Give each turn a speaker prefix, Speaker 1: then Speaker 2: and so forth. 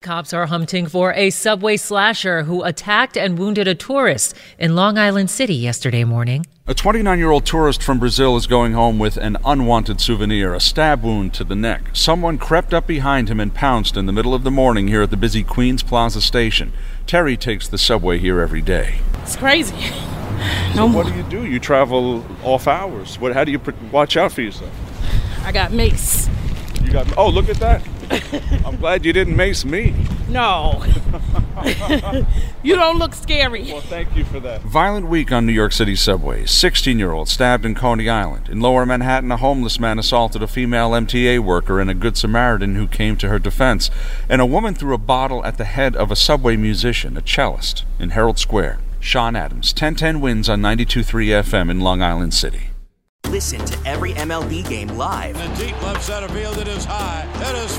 Speaker 1: Cops are hunting for a subway slasher who attacked and wounded a tourist in Long Island City yesterday morning.
Speaker 2: A 29 year old tourist from Brazil is going home with an unwanted souvenir, a stab wound to the neck. Someone crept up behind him and pounced in the middle of the morning here at the busy Queens Plaza station. Terry takes the subway here every day.
Speaker 3: It's crazy.
Speaker 2: So, what do you do? You travel off hours. What, how do you pr- watch out for yourself?
Speaker 3: I got mace.
Speaker 2: You got, oh, look at that. I'm glad you didn't mace me.
Speaker 3: No. you don't look scary.
Speaker 2: Well, thank you for that. Violent week on New York City subways. 16 year old stabbed in Coney Island. In lower Manhattan, a homeless man assaulted a female MTA worker and a Good Samaritan who came to her defense. And a woman threw a bottle at the head of a subway musician, a cellist, in Herald Square. Sean Adams, 1010 wins on 92.3 FM in Long Island City.
Speaker 4: Listen to every MLB game live.
Speaker 5: In the deep left center field, it is high, it is